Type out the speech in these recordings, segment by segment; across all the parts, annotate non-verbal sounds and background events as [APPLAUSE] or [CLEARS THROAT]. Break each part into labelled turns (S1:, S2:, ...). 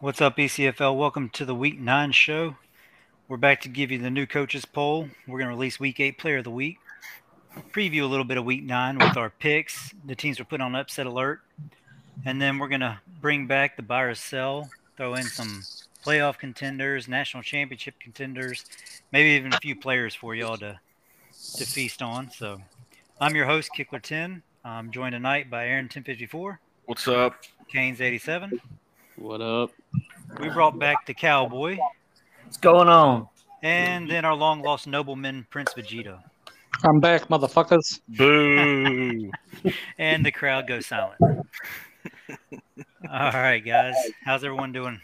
S1: What's up, E ECFL? Welcome to the Week 9 show. We're back to give you the new coaches poll. We're going to release Week 8 Player of the Week, preview a little bit of Week 9 with our picks. The teams are putting on upset alert. And then we're going to bring back the buy or sell, throw in some playoff contenders, national championship contenders, maybe even a few players for y'all to, to feast on. So I'm your host, Kickler10. I'm joined tonight by Aaron1054,
S2: What's up?
S1: Canes87.
S3: What up?
S1: We brought back the cowboy
S4: What's going on?
S1: and then our long lost nobleman Prince Vegeta.
S5: I'm back, motherfuckers.
S2: [LAUGHS] Boo.
S1: And the crowd goes silent. All right, guys. How's everyone doing?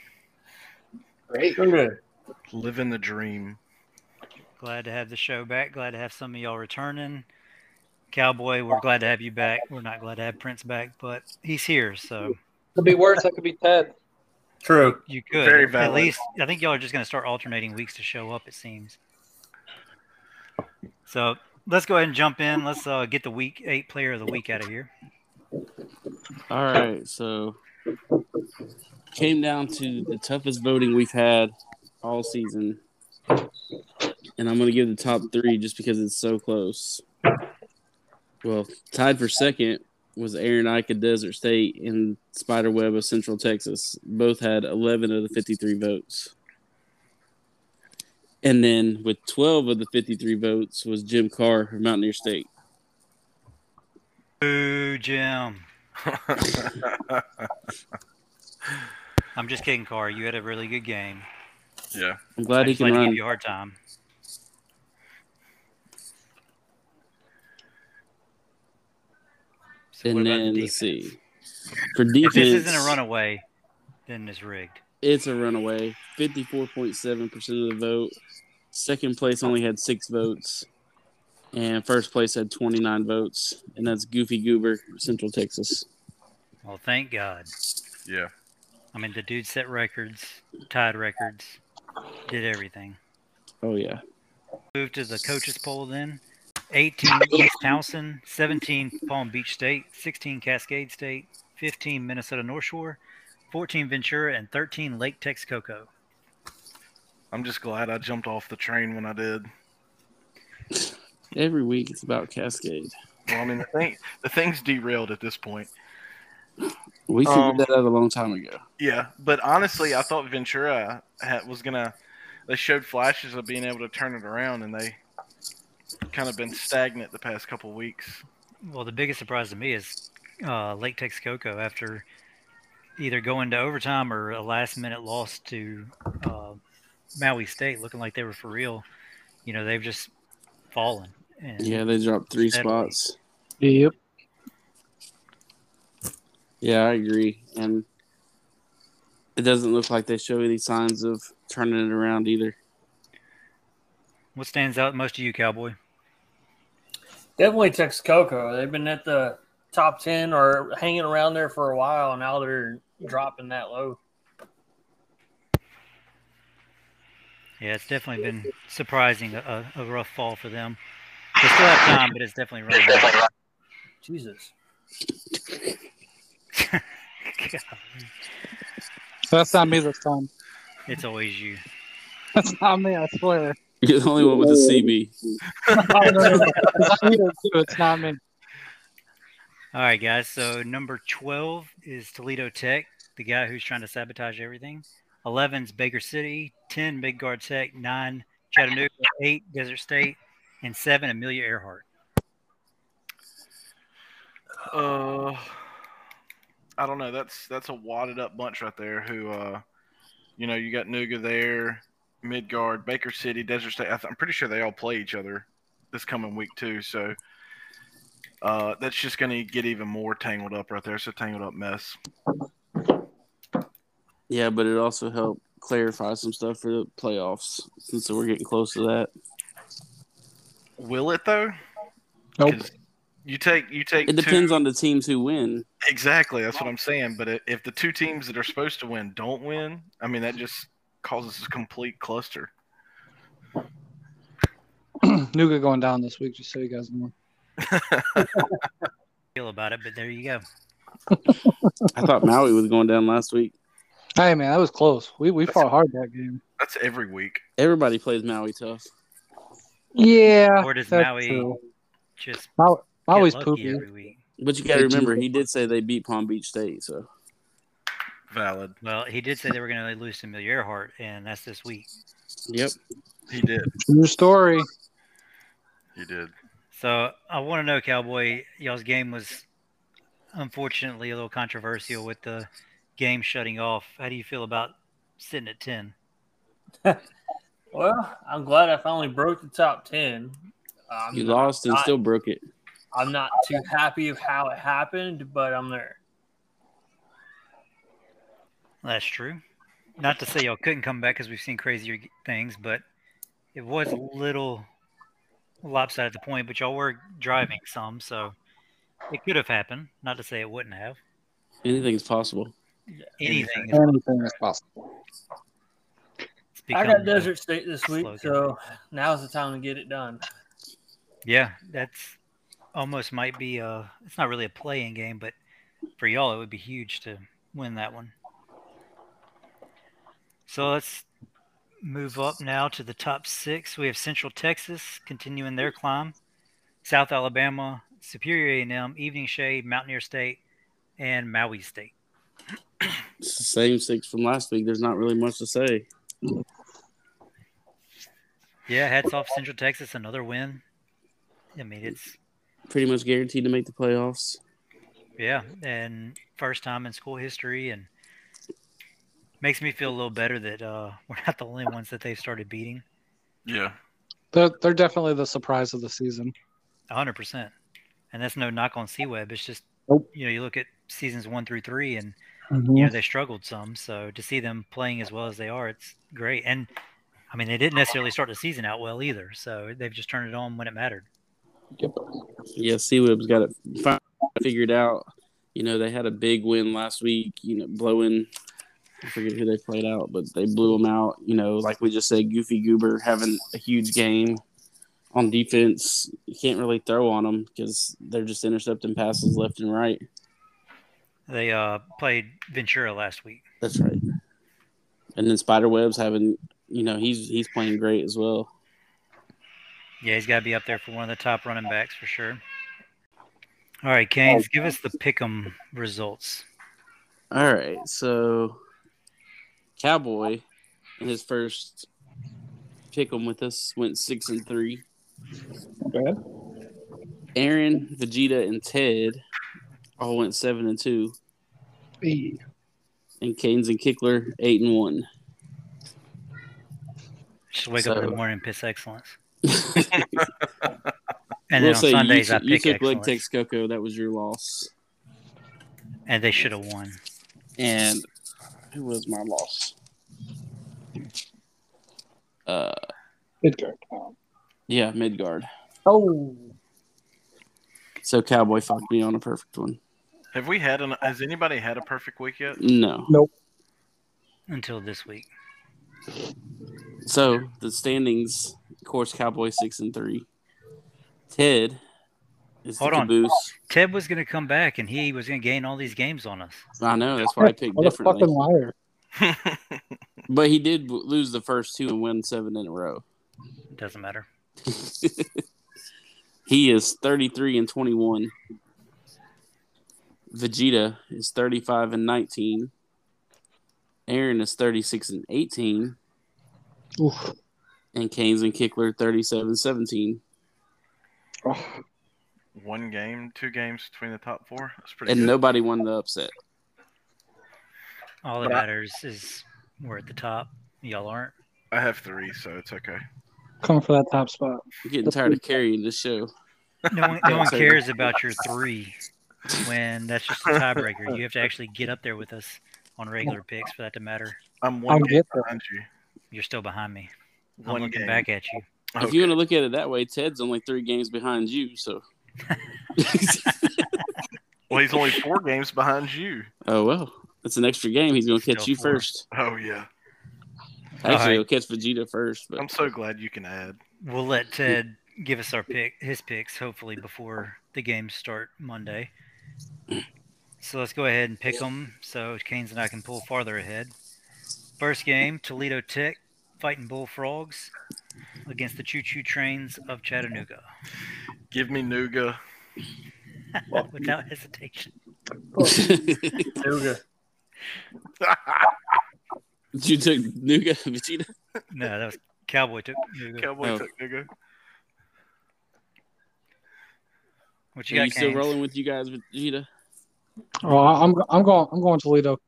S4: Great.
S2: Living the dream.
S1: Glad to have the show back. Glad to have some of y'all returning. Cowboy, we're glad to have you back. We're not glad to have Prince back, but he's here, so
S5: Could be worse. I could be Ted.
S4: True.
S1: you could
S2: Very
S1: at
S2: valid.
S1: least I think y'all are just gonna start alternating weeks to show up, it seems. So let's go ahead and jump in. Let's uh, get the week eight player of the week out of here.
S3: All right, so came down to the toughest voting we've had all season, and I'm gonna give the top three just because it's so close. Well, tied for second was Aeronautica Desert State and Spiderweb of Central Texas. Both had 11 of the 53 votes. And then with 12 of the 53 votes was Jim Carr of Mountaineer State.
S1: Boo, Jim. [LAUGHS] I'm just kidding, Carr. You had a really good game.
S2: yeah.
S3: I'm
S1: I
S3: glad he
S1: just
S3: can
S1: like to
S3: run.
S1: give you a hard time. So what
S3: and
S1: about the
S3: then
S1: defense?
S3: let's see. For
S1: If
S3: defense,
S1: this isn't a runaway, then it's rigged.
S3: it's a runaway. Fifty-four point seven percent of the vote. Second place only had six votes, and first place had twenty-nine votes, and that's Goofy Goober, Central Texas.
S1: Well, thank God.
S2: Yeah.
S1: I mean, the dude set records, tied records, did everything.
S3: Oh yeah,
S1: Move to the coaches poll then. 18 East Towson, 17 Palm Beach State, 16 Cascade State, 15 Minnesota North Shore, 14 Ventura, and 13 Lake Tex Coco.
S2: I'm just glad I jumped off the train when I did.
S3: every week it's about Cascade.
S2: Well, I mean, the, thing, [LAUGHS] the thing's derailed at this point.
S3: We figured
S2: Um,
S3: that out a long time ago.
S2: Yeah. But honestly, I thought Ventura had, was going to. They showed flashes of being able to turn it around, and they kind of been stagnant the past couple weeks.
S1: Well, the biggest surprise to me is uh, Lake Tex Coco after either going to overtime or a last minute loss to uh, Maui State, looking like they were for real. You know, they've just fallen. And
S3: Yeah, they dropped three
S1: Steadily.
S3: spots.
S5: Yep.
S3: Yeah, I agree, and it doesn't look like they show any signs of turning it around either. [LAUGHS]
S1: What stands out most to you, Cowboy?
S4: Definitely Texas Coco. They've been at the top ten or hanging around there for a while, and now they're dropping that low.
S1: Yeah, it's definitely been surprising a, a a rough fall for them. They still have time, but it's definitely running. out.
S4: Jesus.
S1: God,
S5: So that's not me this time.
S1: [LAUGHS]
S5: [LAUGHS]
S1: it's always you.
S5: That's not me. I swear. [LAUGHS]
S3: You're the only one with a CB.
S5: I know. It's not me, too, it's not me.
S1: All right, guys. So number twelve is Toledo Tech, the guy who's trying to sabotage everything. Eleven's Baker City, ten Big Guard Tech, nine Chattanooga, eight Desert State, and seven Amelia Earhart.
S2: Uh, I don't know. That's that's a wadded up bunch right there. Who, uh, you know, you got Nuga there, Midgard, Baker City, Desert State. I th- I'm pretty sure they all play each other this coming week too. So uh, that's just going to get even more tangled up right there. It's a tangled up mess.
S3: Yeah, but it also helped clarify some stuff for the playoffs since we're getting close to that.
S2: Will it though?
S5: Nope.
S2: 'Cause You take you take.
S3: It
S2: two-
S3: depends on the teams who win.
S2: Exactly. That's what I'm saying. But i- if the two teams that are supposed to win don't win, I mean that just causes a complete cluster.
S5: [CLEARS THROAT] Nuga going down this week, just so you guys know.
S1: feel about it, but there you go.
S3: I thought Maui was going down last week.
S5: Hey man, that was close. We we fought hard that game.
S2: That's every week.
S3: Everybody plays Maui tough.
S5: Yeah.
S1: Or does
S5: Ah, that's
S1: Maui
S5: true.
S1: Just
S5: Maui,
S1: get
S5: Maui's
S1: lucky
S5: poopy.
S1: every week.
S3: But you got to remember, he did say they beat Palm Beach State. So
S2: Valid.
S1: Well, he did say they were going to lose to Mil Earhart, and that's this week.
S3: yep,
S2: He did.
S5: True story.
S2: He did.
S1: So I want to know, Cowboy, y'all's game was unfortunately a little controversial with the game shutting off. How do you feel about sitting at ten?
S4: Well, I'm glad I finally broke the top ten. I'm,
S3: you lost and
S4: not-
S3: still broke it.
S4: I'm not too happy of how it happened, but I'm there.
S1: That's true. Not to say y'all couldn't come back because we've seen crazier g- things, but it was a little lopsided at the point. But y'all were driving some, so it could have happened. Not to say it wouldn't have.
S3: Anything's possible.
S1: Anything. is-
S5: Anything is possible.
S1: it's
S4: I
S1: become
S4: got
S1: the-
S4: Desert State this week,
S1: slogan.
S4: so now's the time to get it done.
S1: Yeah, that's almost might be a. It's not really a playing game, but for y'all, it would be huge to win that one. So let's move up now to the top six. We have Central Texas continuing their climb, South Alabama, Superior A&M, Evening Shade, Mountaineer State, and Maui State.
S3: It's the same six from last week. There's not really much to say.
S1: Yeah, hats off Central Texas, another win. I mean, it's
S3: Pretty much guaranteed to make the playoffs.
S1: Yeah, and first time in school history, and makes me feel a little better that uh, [LAUGHS] we're not the only ones that they've started beating.
S2: Yeah.
S5: They're they're definitely the surprise of the season.
S1: 100. percent And that's no knock on C Web. It's just
S5: Nope.
S1: you know you look at seasons one through three, and
S4: Mm-hmm.
S1: you know they struggled some. So to see them playing as well as they are, it's great. And I mean, they didn't necessarily start the season out well either. So they've just turned it on when it mattered.
S3: Yeah, C Web's got it fi- figured out. You know, they had a big win last week, you know, blowing, I forget who they played out, but they blew them out. You know, like we just said, Goofy Goober having a huge game on defense. You can't really throw on them because they're just intercepting passes left and right.
S1: They uh, played Ventura last week.
S3: That's right. And then Spider Web's having, you know, he's he's playing great as well.
S1: Yeah, he's got to be up there for one of the top running backs for sure. All right, Canes, give us the pick'em results.
S3: All right, so Cowboy in his first pick 'em with us went six and three.
S5: Okay.
S3: Aaron, Vegeta, and Ted all went seven and two,
S5: Hey,
S3: and Canes and Kickler eight and one.
S1: Just wake up in
S3: So-
S1: the morning and piss excellence.
S3: [LAUGHS] and
S1: And then on Sundays,
S3: you,
S1: I
S3: t- you
S1: pick
S3: took Leg
S1: excellence.
S3: Tex Coco. That was your loss,
S1: And they should have won.
S3: and who was my loss? Uh,
S5: good guard, Tom.
S3: yeah, Midgard.
S5: Oh,
S3: So Cowboy fucked me on a perfect one.
S2: Have we had an? Has anybody had a perfect
S1: [LAUGHS]
S2: week yet?
S3: No.
S1: Until this week.
S3: So the standings, of course, Cowboy six and three. Ted is
S1: Hold
S3: the
S1: on.
S3: caboose.
S1: Ted was going to come back, and he was going to gain all these games on us.
S3: I know that's why I picked
S5: what a fucking
S3: differently.
S5: liar!
S3: But he did w- lose the first two and win seven in a row.
S1: Doesn't matter.
S3: He is thirty three and twenty one. Vegeta is thirty five and nineteen. Aaron is thirty six and eighteen,
S5: Oof.
S3: and Canes and Kickler thirty seven seventeen.
S5: Oh,
S2: One game, two games between the top four. That's pretty
S3: And
S2: good.
S3: nobody won the upset.
S1: All that
S2: But I-
S1: matters is we're at the top. Y'all aren't.
S2: I have three, so it's okay.
S5: coming for that top spot.
S3: I'm getting tired of carrying this show.
S1: No one,
S2: [LAUGHS]
S1: no one
S3: So-
S1: cares about your three when that's just a tiebreaker. You have to actually get up there with us on regular picks for that to matter.
S2: I'm
S5: I'll
S2: one game
S5: get there.
S2: behind you.
S1: You're still behind me. I'm
S2: One
S1: looking
S2: game.
S1: back at you.
S3: If you want to look at it that way, Ted's only three games behind you.
S1: [LAUGHS]
S3: So,
S2: Well, he's only four games behind you.
S3: oh well, it's an extra game. He's gonna catch
S1: Still
S3: you
S1: four.
S3: first.
S2: Oh yeah.
S3: Actually,
S1: right.
S3: he'll catch Vegeta first. But
S2: I'm so glad you can add.
S1: We'll let Ted give us our pick, his picks, hopefully before the games start Monday. So let's go ahead and pick them so Canes and I can pull farther ahead. First game: Toledo Tech fighting Bullfrogs against the Choo Choo Trains of Chattanooga.
S2: Give me Nuga. [LAUGHS]
S1: [LAUGHS] Without hesitation,
S4: Nuga.
S3: [LAUGHS] you took Nuga Vegeta.
S1: no, that was Cowboy took Nuga.
S2: Cowboy
S3: Oh.
S2: took
S3: [LAUGHS]
S2: Nuga.
S1: What you
S3: Are
S1: got?
S3: you still
S1: Canes?
S3: rolling with you guys, Vegeta?
S5: Oh, I- I'm I'm going I'm going Toledo.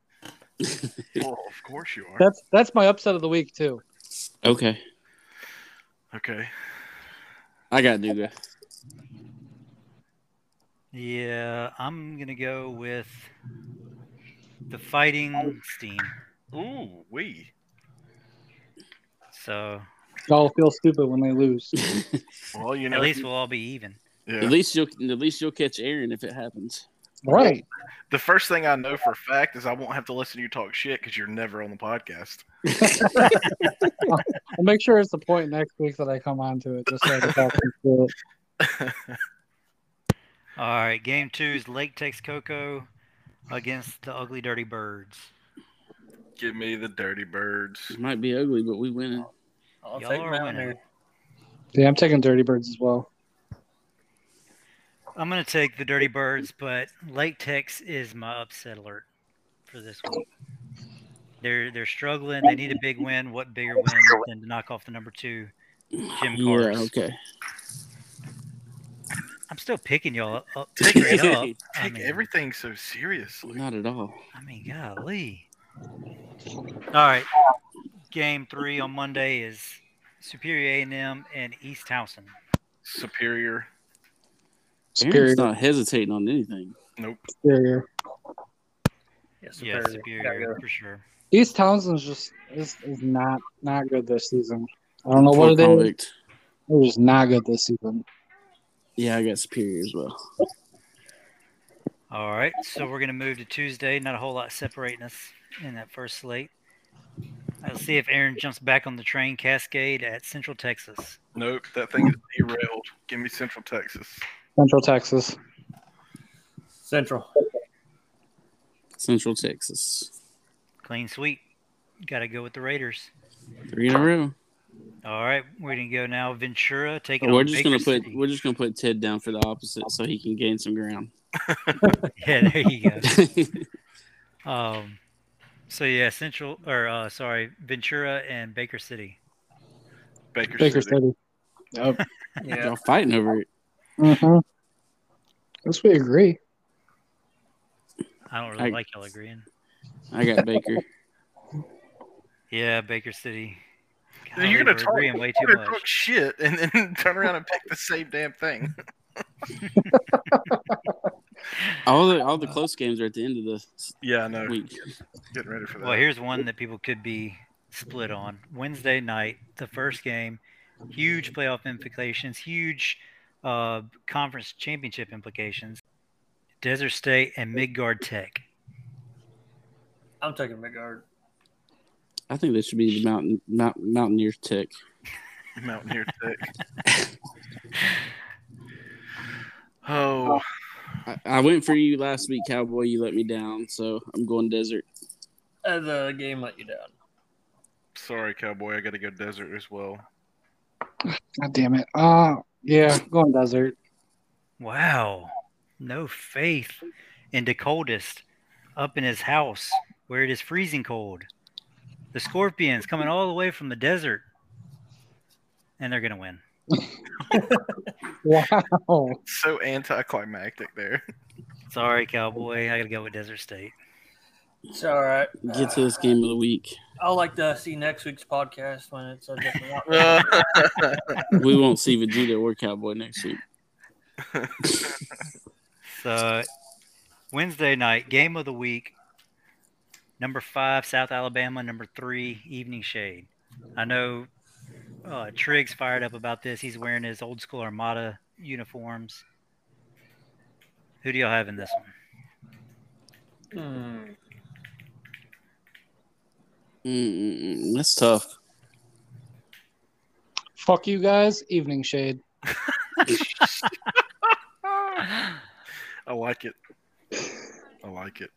S2: Well, of course you are.
S5: That's that's my upset of the week too.
S3: Okay,
S2: Okay.
S3: I got Nuga.
S1: Yeah, I'm gonna go with the Fighting Steam.
S2: Ooh, we.
S1: So
S5: Y'all feel stupid when they lose.
S2: Well, you know.
S1: at least we'll all be even.
S3: At
S2: yeah.
S3: least you'll at least you'll catch Aaron if it happens.
S5: Right.
S2: The first thing I know for a fact is I won't have to listen to you talk shit because you're never on the podcast.
S5: I'll make sure it's the point next week that I come on to it just so I can talk through it.
S1: All right, game two is Lake Takes Coco against the Ugly Dirty Birds.
S2: Give me the Dirty Birds.
S3: It might be ugly, but we win.
S4: I'll
S1: Y'all
S4: take
S1: are
S4: Mountaineer.
S1: winning.
S5: Yeah, I'm taking Dirty Birds as well.
S1: I'm gonna take the Dirty Birds, but Lake Tex is my upset alert for this week. They're they're struggling. They need a big win. What bigger win than to knock off the number two? Jim
S3: Yeah,
S1: Cars.
S3: okay.
S1: I'm still picking y'all up. up straight up. I
S2: Take
S1: mean,
S2: everything so seriously.
S3: Not at all.
S1: I mean, golly. All right, game three on Monday is Superior A&M and East Towson.
S2: Superior.
S5: Superior.
S3: Aaron's not hesitating on anything.
S2: Nope.
S5: Superior.
S4: Yeah,
S1: Yeah,
S4: superior.
S1: Superior
S4: Gotta
S1: for sure.
S5: East Townsend's just is, is not not good this season. I don't know Oh, what it is.
S3: Convict.
S5: They're just not good this season.
S3: Yeah, I got Superior as well.
S1: All right, so we're gonna move to Tuesday. Not a whole lot separating us in that first slate. I'll see if Aaron jumps back on the train Cascade at Central Texas.
S2: Nope. That thing is derailed. Give me Central Texas.
S5: Central Texas.
S4: go. [LAUGHS] Central.
S3: Central Texas.
S1: Clean sweep. Got to go with the Raiders.
S3: Three in a row.
S1: All right, we're gonna go now. Ventura taking.
S3: Oh, we're
S1: on
S3: just
S1: Baker
S3: gonna put
S1: City.
S3: we're just gonna put Ted down for the opposite so he can gain some ground.
S1: [LAUGHS]
S3: [LAUGHS]
S1: Yeah, there you go. Um, so yeah, Central or uh, sorry, Ventura and Baker City.
S2: Baker,
S5: Baker
S2: City.
S5: City. Yep.
S4: Yeah.
S3: Y'all fighting over it.
S5: mm-hmm. Guess we agree.
S1: I don't really
S3: I-
S1: like y'all agreeing.
S3: I got Baker.
S1: Yeah, Baker City. Golly,
S2: You're
S1: Oh, we're
S2: gonna talk,
S1: agreeing way
S2: you're
S1: too
S2: gonna
S1: much.
S2: talk shit and then [LAUGHS] turn around and pick the same damn thing.
S3: All the all the close games are at the end of the s-
S2: Yeah, I know.
S3: week.
S2: [LAUGHS] Getting ready for that.
S1: Well, here's one that people could be split on. Wednesday night, the first game, huge playoff implications, huge uh, conference championship implications. Desert State and Midgard Tech.
S4: I'm taking Midgard.
S3: I think they should be the mountain mount, Mountaineers Tech.
S2: Mountaineer Tech.
S1: [LAUGHS]
S2: oh,
S3: I, I went for you last week, Cowboy. You let me down, so I'm going Desert.
S4: Uh, the game let you down.
S2: sorry, cowboy. I got to go desert as well.
S5: God damn it. Uh yeah, going desert. [LAUGHS]
S1: Wow. No faith in the coldest up in his house where it is freezing cold. The scorpions coming all the way from the desert. And they're going to win.
S5: Wow.
S2: So anticlimactic
S1: [LAUGHS]
S2: there. [LAUGHS]
S1: Sorry, Cowboy. I got to go with Desert State.
S4: It's all right.
S3: Get to this game of the week.
S4: I'll like to see next week's podcast when it's a [LAUGHS] different outcome.
S2: Uh,
S3: We won't see Vegeta or Cowboy next week.
S1: So, Uh, Wednesday night, game of the week. Number five, South Alabama. Number three, Evening Shade. I know uh, Triggs fired up about this. He's wearing his old school Armada uniforms. Who do y'all have in this one?
S4: Hmm.
S3: Mm-mm-mm. That's tough.
S5: Fuck you guys. Evening shade.
S2: I like it. I like it.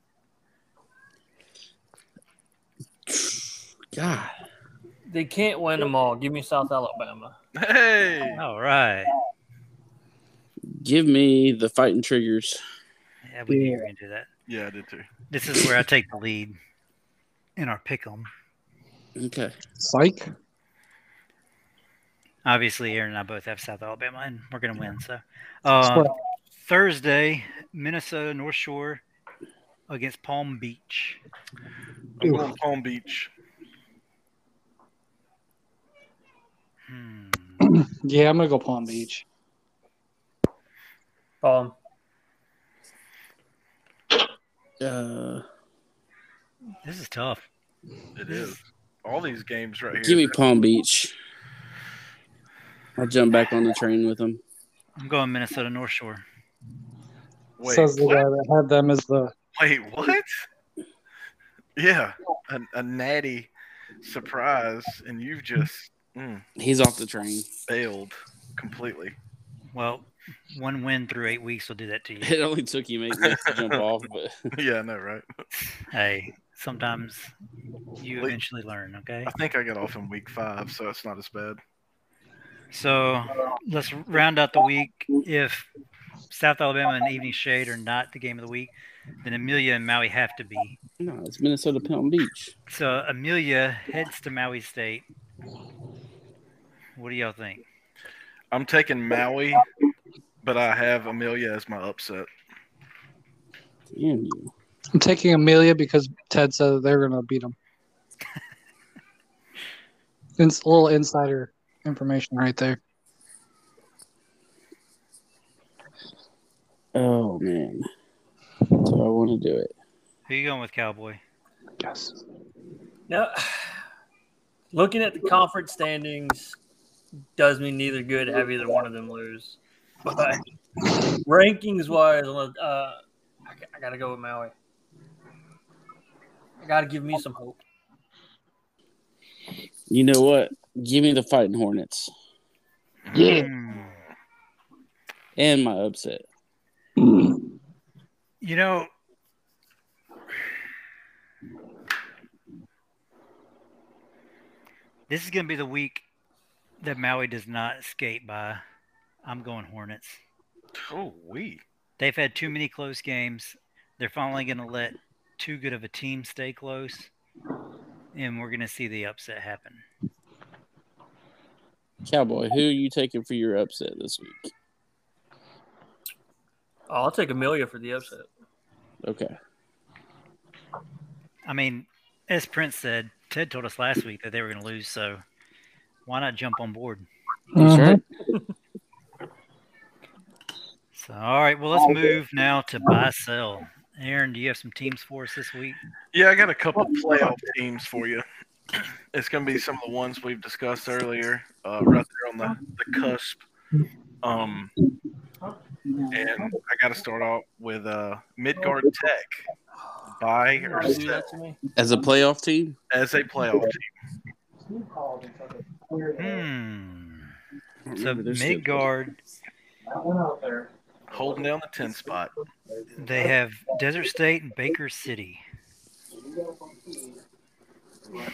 S3: God.
S4: They can't win them all. Give me South Alabama.
S2: Hey,
S1: All right.
S3: Give me the fighting triggers.
S1: Yeah, we knew you were gonna do that.
S2: yeah, I did too.
S1: This is where I take the lead in our pick 'em.
S3: Okay.
S5: Psych.
S1: Obviously, Aaron and I both have South Alabama, and we're gonna win. So uh, Thursday, Minnesota North Shore against Palm Beach.
S2: I'm
S5: Ooh.
S2: going Palm Beach.
S1: Hmm.
S5: Yeah, I'm gonna go Palm Beach.
S4: Um,
S3: Uh,
S1: This is tough.
S2: It is. All these games right here.
S3: give me Palm Beach. I'll jump back on the train with them.
S1: I'm going Minnesota North Shore.
S2: Wait,
S5: Says the
S2: what?
S5: guy that had them as the
S2: Wait, what? Yeah, a, a natty surprise, and you've just mm,
S3: He's off the train.
S2: failed completely. [LAUGHS]
S1: Well, one win through eight weeks will do that to
S3: [LAUGHS]
S1: you.
S3: [LAUGHS] It only took you eight weeks to jump off, but [LAUGHS]
S2: Yeah, I know, right?
S1: hey, sometimes you
S2: Wait.
S1: eventually learn. Okay.
S2: I think I got off in week five, so it's not as bad.
S1: So let's round out the week. If South Alabama and Evening Shade are not the game of the week, then Amelia and Maui have to be.
S3: no, it's Minnesota Palm Beach.
S1: So Amelia heads to Maui State. What do y'all think?
S2: I'm taking Maui, but I have Amelia as my upset.
S3: Damn you.
S5: I'm taking Amelia because Ted said they're gonna beat him. it's a little insider information right there.
S3: Oh man. Do I want to do it?
S1: Who you going with, Cowboy?
S5: Yes.
S4: now, [SIGHS] looking at the conference standings does me neither good to have either one of them lose. But rankings wise, uh, I, g- I gotta go with Maui. I gotta give me some hope.
S3: You know what? Give me the Fighting Hornets
S5: Yeah.
S2: Mm,
S1: Hmm.
S3: and my upset.
S1: You know, this is going to be the week that Maui does not escape by. I'm going Hornets.
S2: Oh, we.
S1: They've had too many close games. They're finally going to let too good of a team stay close, and we're going to see the upset happen.
S3: Cowboy, who are you taking for your upset this week?
S4: Oh, I'll take Amelia for the upset.
S3: Okay.
S1: I mean, as Prince said, Ted told us last week that they were going to lose, so why not jump on board?
S5: Mm-hmm.
S3: That's
S5: Uh-huh.
S3: right.
S1: So, all right, well, let's move now to buy sell. Aaron, do you have some teams for us this week?
S2: Yeah, I got a couple playoff teams for you. [CLEARS THROAT] It's going to be some of the ones we've discussed earlier, uh, right there on the, the cusp. Um, and I got to start off with uh, Midgard Tech by or
S4: Wanna do
S2: set
S4: that to me?
S3: As a playoff team,
S2: as a playoff team.
S1: Hmm.
S3: I don't
S1: So
S3: remember their schedule.
S1: Midgard,
S2: Holding down the 10 spot.
S1: they have Desert State and Baker City.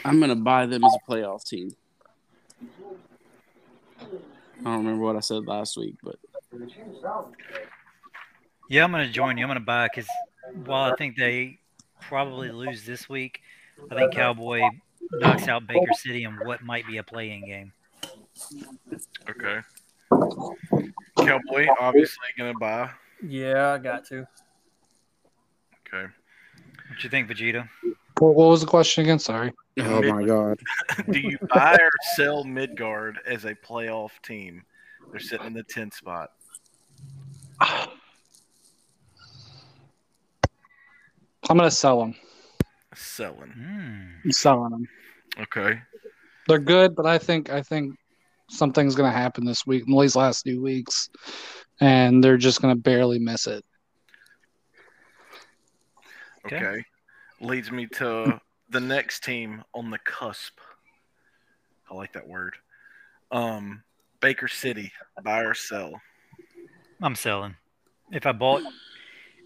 S3: I'm gonna buy them as a playoff team. I don't remember what I said last week, but
S1: Yeah, I'm going to join you. I'm going to buy because while I think they probably lose this week, I think Cowboy knocks out Baker City in what might be a play-in game.
S2: Okay. Cowboy, obviously, going to buy.
S4: Yeah, I got to.
S2: Okay.
S1: What you think, Vegeta?
S5: What what was the question again? Sorry.
S3: oh my
S5: [SIGHS]
S3: god,
S2: Do you buy or sell Midgard as a playoff team? They're sitting in the 10th spot.
S5: I'm gonna sell them.
S2: Selling.
S1: Hmm.
S5: I'm selling them.
S2: Okay.
S5: They're good, but I think I think something's gonna happen this week, in these last few weeks, and they're just gonna barely miss it.
S1: Okay.
S2: Okay. Leads me to the next team on the cusp. I like that word. Um, Baker City, buy or sell?
S1: I'm selling. If I bought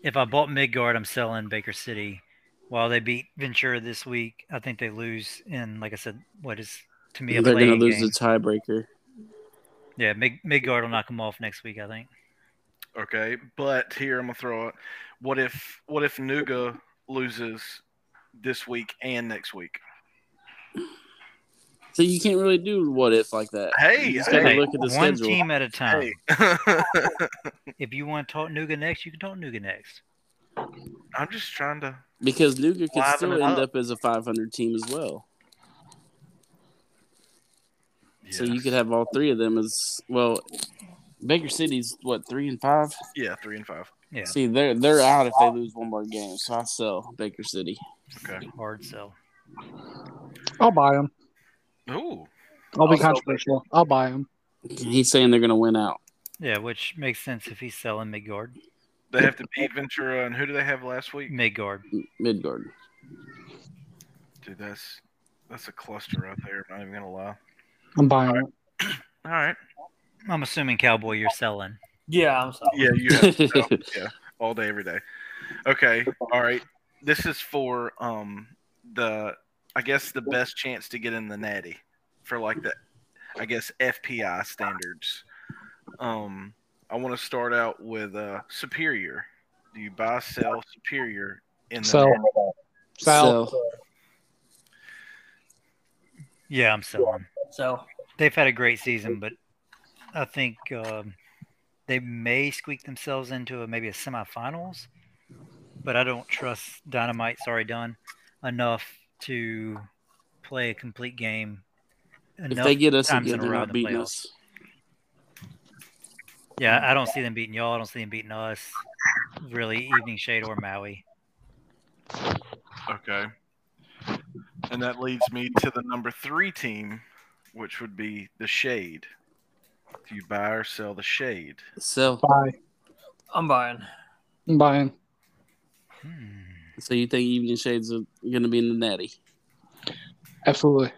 S1: if I bought Midgard, I'm selling Baker City. While they beat Ventura this week, I think they lose in like I said, what is to me a
S3: They're going to
S1: playing
S3: lose
S1: game.
S3: the tiebreaker.
S1: yeah, Mid- Midgard will knock them off next week. I think.
S2: Okay, but here I'm gonna throw it. What if what if Nuga loses this week and next week?
S3: So you can't really do what if like that.
S2: Hey,
S3: you just gotta
S2: hey,
S3: look at the
S1: one
S3: schedule.
S1: team at a time.
S2: hey.
S1: If you want to talk Nuga next, you can talk Nuga next.
S2: I'm just trying to.
S3: because Nuger could
S2: Liven
S3: still
S2: it
S3: end
S2: up.
S3: up as a 500 team as well. So you could have all three of them as well. Baker City's what three and five.
S2: yeah, three and five.
S1: Yeah.
S3: See, they're they're out if they lose one more game. So I sell Baker City.
S2: Okay.
S1: Hard sell.
S5: I'll buy them.
S2: Ooh,
S5: I'll be
S4: I'll sell
S5: controversial. I'll buy them.
S3: He's saying they're going to win out.
S1: Yeah, which makes sense if he's selling Midgard.
S2: they have to beat Ventura, and who do they have last week?
S1: Midgard.
S3: Midgard.
S2: Dude, that's that's a cluster right there. I'm not even gonna lie.
S5: I'm buying them.
S2: All right.
S1: I'm assuming Cowboy you're selling.
S4: Yeah, I'm sorry.
S2: Yeah, you have to sell. yeah, all day, every day. Okay. All right. This is for um the I guess the best chance to get in the natty for like the I guess FPI standards. Um I want to start out with uh superior. Do you buy sell superior in the
S5: Sell.
S2: Natty?
S5: Sell.
S3: [LAUGHS] So
S1: Yeah, I'm selling.
S4: So
S1: They've had a great season, but I think um, they may squeak themselves into a, maybe a semifinals. But I don't trust Dynamite. Sorry, Don, enough to play a complete game.
S3: if
S1: Enough
S3: they get us
S1: times
S3: again,
S1: in a
S3: they're
S1: row in
S3: not
S1: the
S3: beating
S1: playoffs.
S3: us.
S1: Yeah, I don't see them beating y'all. I don't see them beating us. Really, Evening Shade or Maui.
S2: Okay. And that leads me to the number 3 team, which would be the shade. Do you buy or sell the shade?
S3: So,
S5: Buy.
S4: I'm buying.
S5: I'm buying.
S1: Hmm.
S3: so you think Evening Shades are going to be in the Natty?
S5: Absolutely.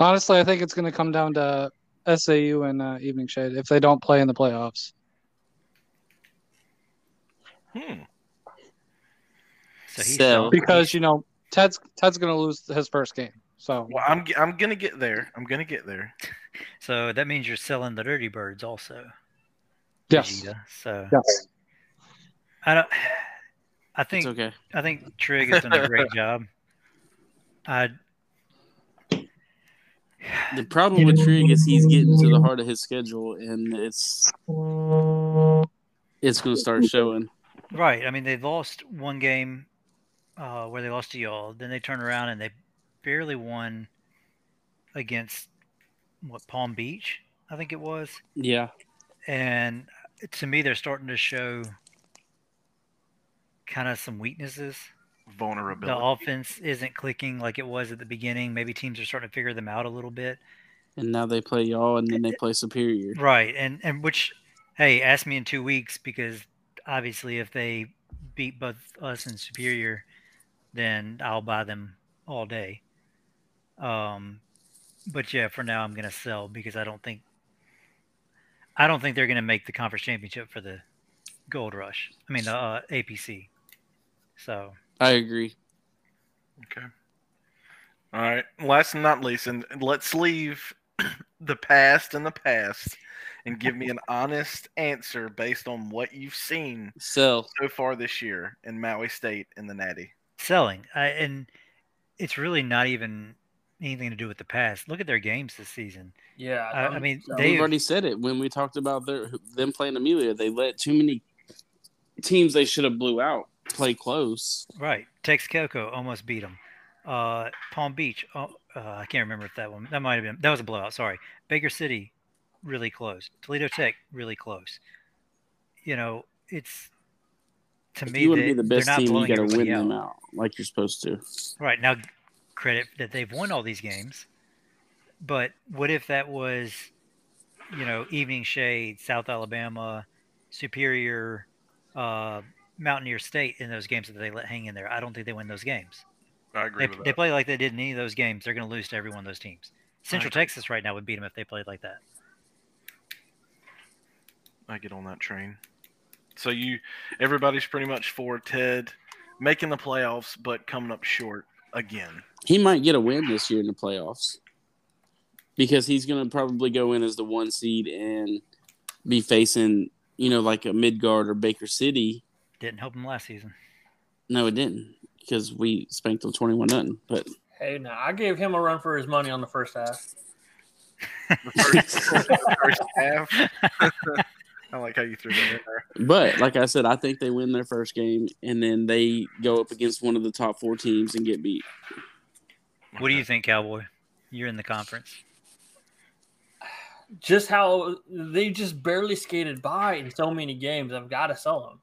S5: Honestly, I think it's going to come down to SAU and uh, Evening Shade if they don't play in the playoffs.
S2: Hmm.
S1: So he's
S3: Sell.
S1: selling.
S5: Because you know Ted's Ted's going to lose his first game. So
S2: Well, I'm ge- I'm gonna get there. I'm gonna get there.
S1: So that means you're selling the Dirty Birds also.
S5: yes,
S1: Vegeta. So
S5: yes.
S1: I don't. I think
S3: It's okay.
S1: I think Trig has done a great job. Uh, I
S3: The problem with Trig is he's getting to the heart of his schedule, and it's it's going to start showing.
S1: right. I mean, they lost one game uh, where they lost to y'all. Then they turned around and they barely won against what Palm Beach, I think it was.
S3: Yeah,
S1: and to me they're starting to show kind of some weaknesses the
S2: Vulnerability.
S1: offense isn't clicking like it was at the beginning maybe teams are starting to figure them out a little bit
S3: and now they play y'all, and then they play Superior.
S1: right and and which hey ask me in two weeks because obviously if they beat both us and superior then i'll buy them all day um but yeah for now i'm gonna sell because i don't think i don't think they're gonna make the conference championship for the gold rush i mean the uh, apc so
S3: I agree.
S2: Okay. All right. Last and not least, and let's leave [CLEARS THROAT] the past in the past and
S1: [LAUGHS]
S2: give me an honest answer based on what you've seen
S3: So
S2: so far this year in Maui State and the Natty.
S1: selling. I, and it's really not even anything to do with the past. Look at their games this season.
S4: Yeah,
S1: I, I
S4: I'm
S1: mean,
S4: selling.
S1: they
S3: we've already said it when we talked about their them playing Amelia. They let too many teams they should have blew out play close.
S1: right. Tex Coco almost beat them. Uh, Palm Beach. Oh, uh, I can't remember if that one. That might have been. That was a blowout. Sorry. Baker City, really close. Toledo Tech, really close. You know, it's to
S3: If
S1: me.
S3: you want to
S1: they-
S3: be the
S1: they're
S3: best
S1: not
S3: team, you
S1: blowing
S3: got to
S1: everybody
S3: win
S1: out.
S3: them out like you're supposed to.
S1: Right now, credit that they've won all these games. But what if that was, you know, Evening Shade, South Alabama, Superior, uh, Mountaineer State in those games that they let hang in there? I don't think they win those games.
S2: I
S1: They,
S2: agree with
S1: they
S2: that.
S1: play like they did in any of those games. They're going to lose to every one of those teams. Central
S2: agree.
S1: Texas right now would beat them if they played like that.
S2: I get on that train. So you, everybody's pretty much for Ted making the playoffs, but coming up short again.
S3: He might get a win this year in the playoffs because he's going to probably go in as the one seed and be facing, you know, like a Midgard or Baker City.
S1: Didn't help him last season.
S3: No, it didn't because we spanked them 21 nothing. But
S4: Hey, now I gave him a run for his money on the first half.
S2: The
S1: [LAUGHS]
S2: first, first half. [LAUGHS] I like how you threw that in there.
S3: but like I said, I think they win their first game and then they go up against one of the top 4 teams and get beat.
S1: What do you think, Cowboy? You're in the conference.
S4: Just how they just barely skated by in so many games. I've got to sell him.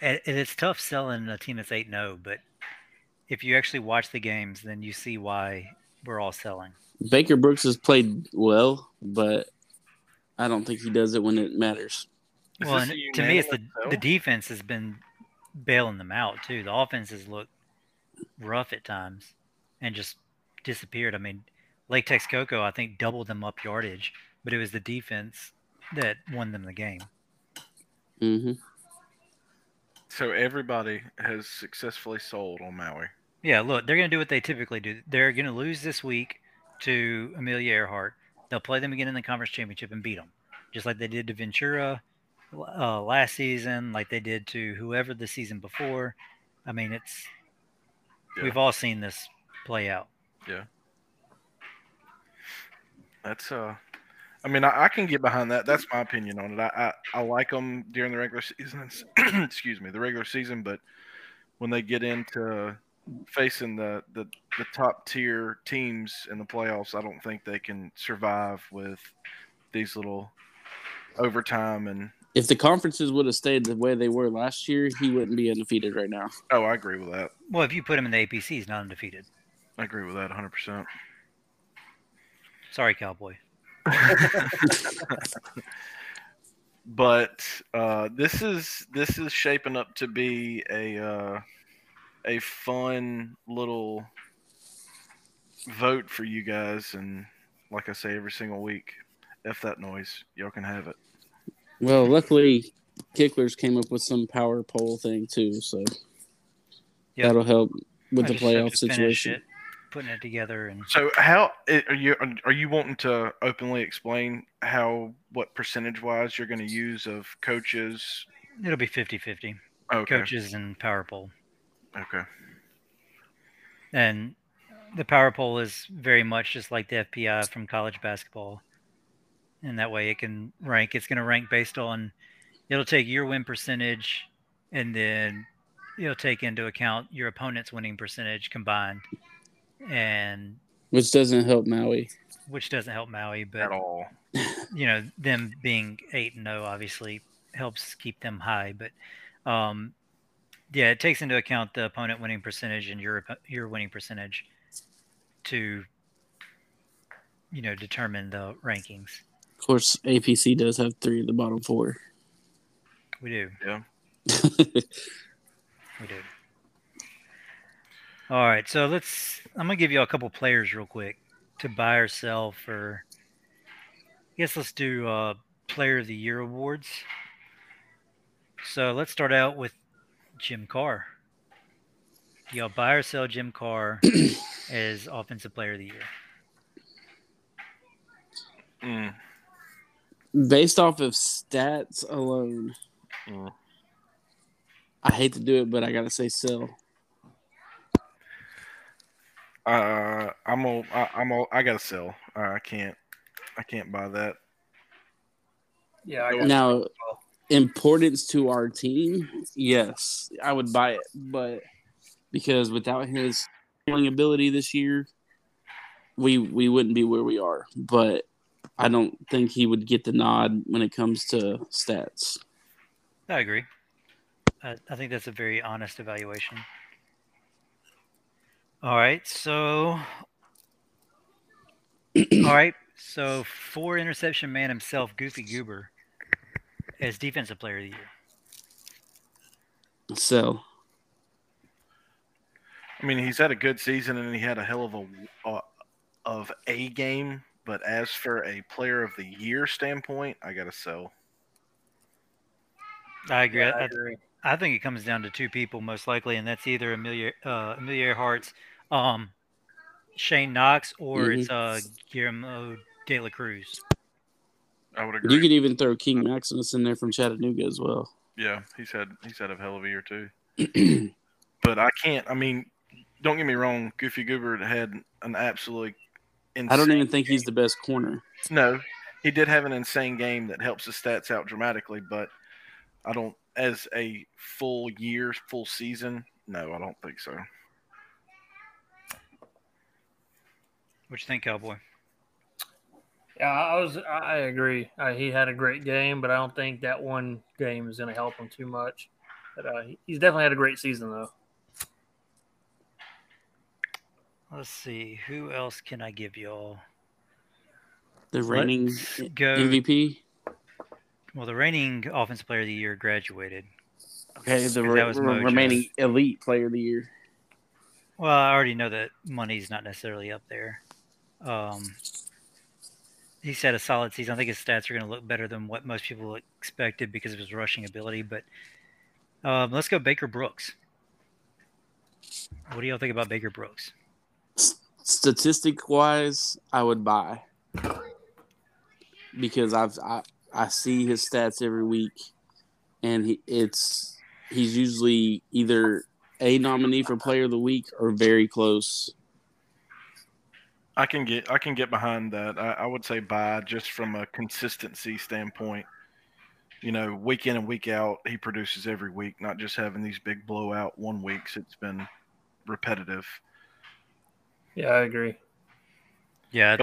S1: And, and it's tough selling a team that's 8 0, but if you actually watch the games, then you see why we're all selling.
S3: Baker Brooks has played well, but I don't think he does it when it matters.
S2: Is
S1: well,
S2: this
S1: and
S2: a
S1: to me, it's the,
S2: unanimous vote?
S1: the defense has been bailing them out, too. The offense has looked rough at times and just disappeared. I mean, Latex Coco, I think, doubled them up yardage, but it was the defense that won them the game.
S3: hmm
S2: So everybody has successfully sold on Maui.
S1: Yeah, look, they're going to do what they typically do. They're going to lose this week to Amelia Earhart. They'll play them again in the conference championship and beat them, just like they did to Ventura uh, last season, like they did to whoever the season before. I mean, it's
S2: Yeah.
S1: we've all seen this play out.
S2: That's uh, I mean, I, I can get behind that. That's my opinion on it. I I, I like them during the regular season. [CLEARS THROAT] excuse me, the regular season, but when they get into facing the the, the top tier teams in the playoffs, I don't think they can survive with these little overtime and.
S3: If the conferences would have stayed the way they were last year, he wouldn't be undefeated right now.
S2: Oh, I agree with that.
S1: Well, if you put them in the APC, he's not undefeated.
S2: I agree with that 100. percent
S1: Sorry, Cowboy.
S2: but uh, this is this is shaping up to be a uh, a fun little vote for you guys, and like I say every single week, f that noise, y'all can have it.
S3: Well, luckily, Kicklers came up with some power poll thing too, so
S1: Yeah.
S3: that'll help with
S1: I
S3: the
S1: just have
S3: playoff
S1: to finish
S3: situation.
S1: it, putting it together, and
S2: So how are you are you wanting to openly explain how what percentage wise you're going to use of coaches?
S1: it'll be 50 50
S2: Okay,
S1: coaches and power pole.
S2: okay,
S1: And the power pole is very much just like the FPI from college basketball. And that way it can rank. It's going to rank based on, it'll take your win percentage and then it'll take into account your opponent's winning percentage combined. And
S3: Which doesn't help Maui.
S1: which doesn't help Maui, but
S2: at all.
S1: you know them being eight and zero obviously helps keep them high, but um, yeah, it takes into account the opponent winning percentage and your oppo- your winning percentage to you know determine the rankings.
S3: Of course, APC does have three of the bottom four. [LAUGHS]
S1: We do, we do. All right, so let's. I'm gonna give you a couple players real quick to buy or sell for. I guess let's do uh, player of the year awards. So let's start out with Jim Carr. Y'all buy or sell Jim Carr as offensive player of the year.
S2: Mm,
S3: Based off of stats alone,
S2: mm.
S3: I hate to do it, but I gotta say sell.
S2: Uh, I'm a, I, I'm a, I gotta sell. Uh, I can't, I can't buy that.
S4: Yeah, I got
S3: Now, importance to our team, yes, I would buy it, but because without his scoring ability this year, we we wouldn't be where we are. But I don't think he would get the nod when it comes to stats.
S1: I agree. I, I think that's a very honest evaluation. All right, so all right, so four interception man himself, Goofy Goober, as defensive player of the year.
S3: So
S2: I mean, he's had a good season and he had a hell of a, uh, of a game, But as for a player of the year standpoint, I got to sell.
S1: I agree.
S4: Yeah, I
S1: I,
S4: agree.
S1: I think it comes down to two people most likely, and that's either Amelia uh, Amelia Earhart's um, Shane Knox or
S4: Mm-hmm.
S1: it's uh, Guillermo de la Cruz.
S2: I would
S3: You
S2: agree.
S3: could even throw King Maximus in there from Chattanooga as well.
S2: yeah, he's had he's had a hell of a year too.
S3: [CLEARS THROAT]
S2: But I can't. I mean, don't get me wrong. Goofy Goober had an absolutely. Insane,
S3: I don't even think he's the best corner.
S2: No, he did have an insane game that helps his stats out dramatically, but I don't. As a full year, full season, no, I don't think so.
S1: What you think, Cowboy?
S4: Yeah, I was. I I agree. Uh, he had a great game, but I don't think that one game is going to help him too much. But uh, he- he's definitely had a great season, though.
S1: Let's see. Who else can I give y'all?
S3: The reigning
S1: Let's go.
S3: MVP.
S1: Well, the reigning offensive player of the year graduated.
S3: Okay, the
S1: That was
S3: re-
S1: Mojo's.
S3: remaining elite player of the year.
S1: Well, I already know that money's not necessarily up there. Um, he's had a solid season. I think his stats are going to look better than what most people expected because of his rushing ability. But um, let's go Baker Brooks. What do y'all think about Baker Brooks?
S3: Statistic wise, I would buy because I've I, I see his stats every week, and he, it's he's usually either a nominee for player of the week or very close.
S2: I can get I can get behind that. I, I would say buy just from a consistency standpoint. You know, week in and week out, he produces every week, not just having these big blowout one weeks. It's been repetitive.
S4: Yeah, I agree.
S1: Yeah,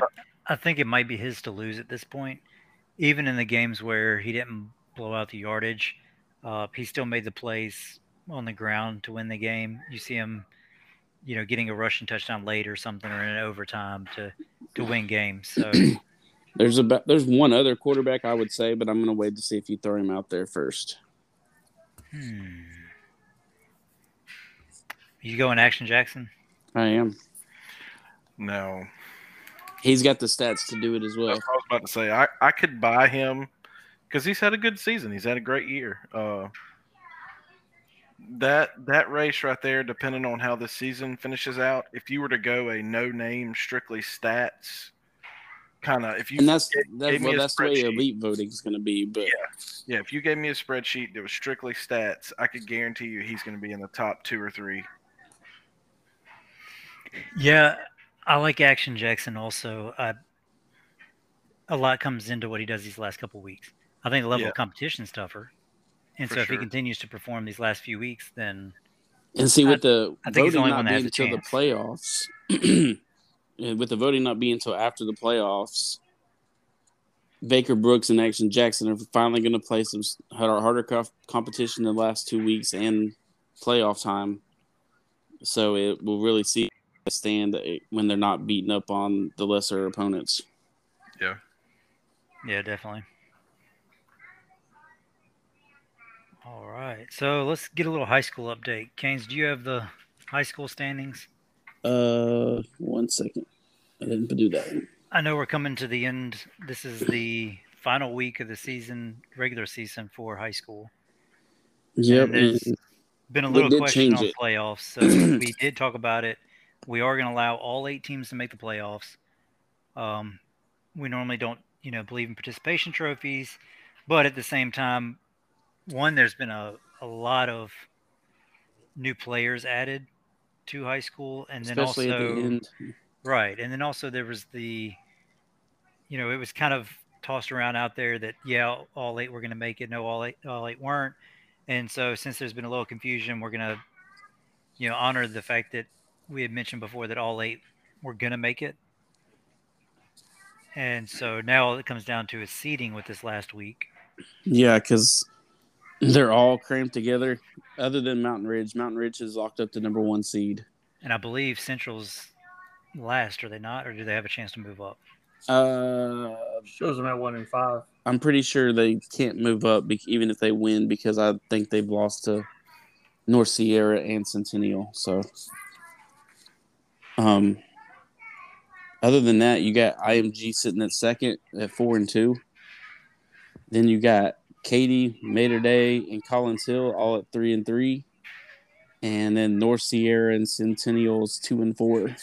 S1: I I think it might be his to lose at this point. Even in the games where he didn't blow out the yardage, uh, he still made the plays on the ground to win the game. You see him, you know, getting a rushing touchdown late or something, or in overtime to to win games. So
S3: There's about there's one other quarterback I would say, but I'm gonna wait to see if you throw him out there first.
S1: hmm. you go in Action Jackson.
S3: I am.
S2: No,
S3: He's got the stats to do it as well.
S2: That's what I was about to say. I, I could buy him because he's had a good season. He's had a great year. Uh, that that race right there, depending on how the season finishes out, if you were to go a no name, strictly stats kind of, if you
S3: And that's
S2: gave-
S3: that's
S2: gave me
S3: well,
S2: a
S3: that's the way
S2: spreadsheet.
S3: elite voting is gonna be. But
S2: yeah, if you gave me a spreadsheet that was strictly stats, I could guarantee you he's going to be in the top two or three.
S1: Yeah, I like Action Jackson also. I, a lot comes into what he does these last couple weeks. I think the level
S2: Yeah.
S1: of competition's tougher. And
S2: For
S1: so if he
S2: sure.
S1: continues to perform these last few weeks, then
S3: And see, with the
S1: I think he's the only
S3: voting not
S1: one that has
S3: being until
S1: a
S3: the playoffs, [CLEARS THROAT] and with the voting not being until after the playoffs, Baker Brooks and Action Jackson are finally going to play some s- harder, harder co- competition the last two weeks and playoff time. So it will really see a stand eh, when they're not beating up on the lesser opponents.
S1: yeah, definitely. All right. So let's get a little high school update. Canes, do you have the high school standings?
S3: Uh, one second, I didn't do that. One.
S1: I know we're coming to the end. This is the final week of the season, regular season for high school.
S3: Yep,
S1: there's-
S3: and-
S1: been a
S3: They
S1: little
S3: did
S1: question
S3: change
S1: on
S3: it.
S1: playoffs.
S3: [CLEARS THROAT]
S1: So we did talk about it. We are going to allow all eight teams to make the playoffs. Um, we normally don't, you know, believe in participation trophies, but at the same time, one, there's been a, a lot of new players added to high school, and then
S3: especially
S1: also
S3: at the end.
S1: Right. And then also there was the, you know, it was kind of tossed around out there that, yeah, all eight were going to make it. No, all eight, all eight weren't. And so since there's been a little confusion, we're going to, you know, honor the fact that we had mentioned before that all eight were going to make it. And so now all it comes down to is seeding with this last week.
S3: Yeah, because they're all crammed together, other than Mountain Ridge. Mountain Ridge is locked up to number one seed.
S1: And I believe Central's last, are they not? Or do they have a chance to move up?
S3: Uh,
S4: Shows him at one and five.
S3: I'm pretty sure they can't move up, be- even if they win, because I think they've lost to North Sierra and Centennial. So, um, Other than that, you got IMG sitting at second at four and two. Then you got Katie, Mater Day, and Collins Hill all at three and three. And then North Sierra and Centennials two and four.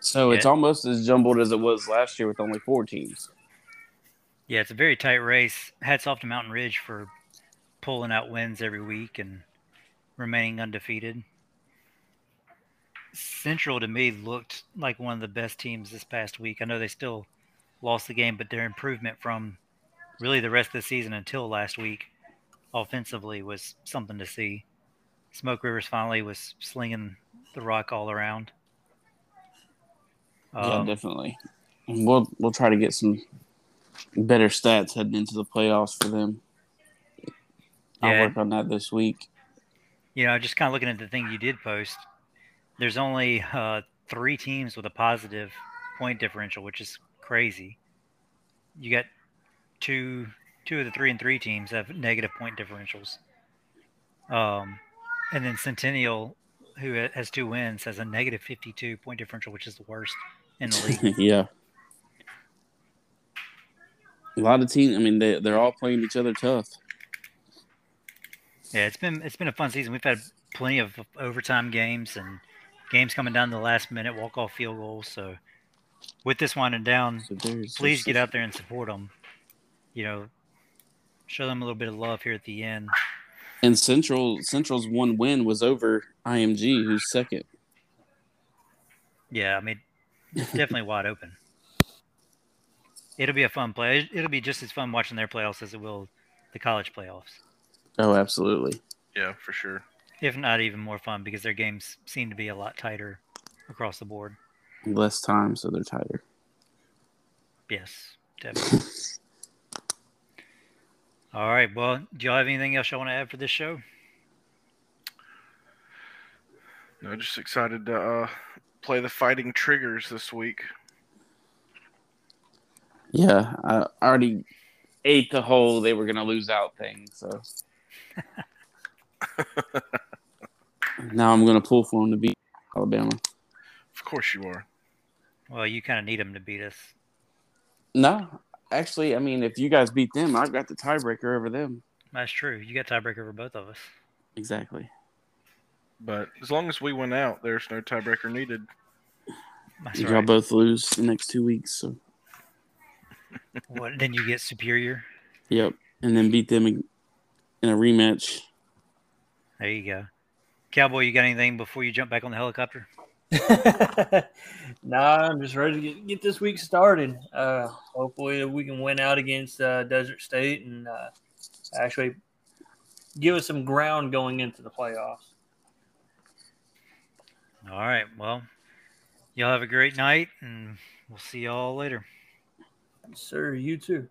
S3: So it's
S1: Yeah.
S3: almost as jumbled as it was last year with only four teams.
S1: Yeah, it's a very tight race. Hats off to Mountain Ridge for pulling out wins every week and remaining undefeated. Central to me looked like one of the best teams this past week. I know they still lost the game, but their improvement from really the rest of the season until last week offensively was something to see. Smoke Rivers finally was slinging the rock all around.
S3: yeah,
S1: Um,
S3: definitely. And We'll we'll try to get some better stats heading into the playoffs for them. I'll
S1: Yeah.
S3: work on that this week.
S1: You know, just kind of looking at the thing you did post, there's only uh, three teams with a positive point differential, which is crazy. You got two two of the three and three teams have negative point differentials. Um, and then Centennial, who ha- has two wins, has a negative 52 point differential, which is the worst in the
S3: [LAUGHS]
S1: league.
S3: yeah. A lot of teams. I mean, they they're all playing each other tough.
S1: Yeah, it's been it's been a fun season. We've had plenty of overtime games and games coming down to the last minute walk off field goals. So with this winding down,
S3: So there's
S1: please get out there and support them. You know, show them a little bit of love here at the end.
S3: And Central Central's one win was over IMG, who's second.
S1: Yeah, I mean,
S3: [LAUGHS]
S1: it's definitely wide open. It'll be a fun play. It'll be just as fun watching their playoffs as it will the college playoffs,
S3: Oh, absolutely.
S2: Yeah, for sure.
S1: if not even more fun because their games seem to be a lot tighter across the board.
S3: Less time, so they're tighter.
S1: Yes, definitely. All right. Well, do y'all have anything else y'all want to add for this show?
S2: No, just excited to uh, play the Fighting Triggers this week.
S3: Yeah, I already ate the whole they were gonna lose out thing,
S1: [LAUGHS]
S3: so now I'm gonna pull for them to beat Alabama.
S2: Of course you are.
S1: Well, you kind of need them to beat us.
S3: No, actually, I mean, if you guys beat them, I've got the tiebreaker over them.
S1: That's true. You got tiebreaker for both of us.
S3: Exactly.
S2: But as long as we went out, there's no tiebreaker needed.
S1: That's
S3: If
S1: right.
S3: y'all both lose the next two weeks, so
S1: What, then you get superior.
S3: yep, and then beat them in, in a rematch.
S1: There you go. Cowboy, you got anything before you jump back on the helicopter?
S4: [LAUGHS] nah, I'm just ready to get, get this week started. Uh, hopefully, we can win out against uh, Desert State and uh, actually give us some ground going into the playoffs.
S1: All right. Well, y'all have a great night, and we'll see y'all later.
S4: Sir, you too.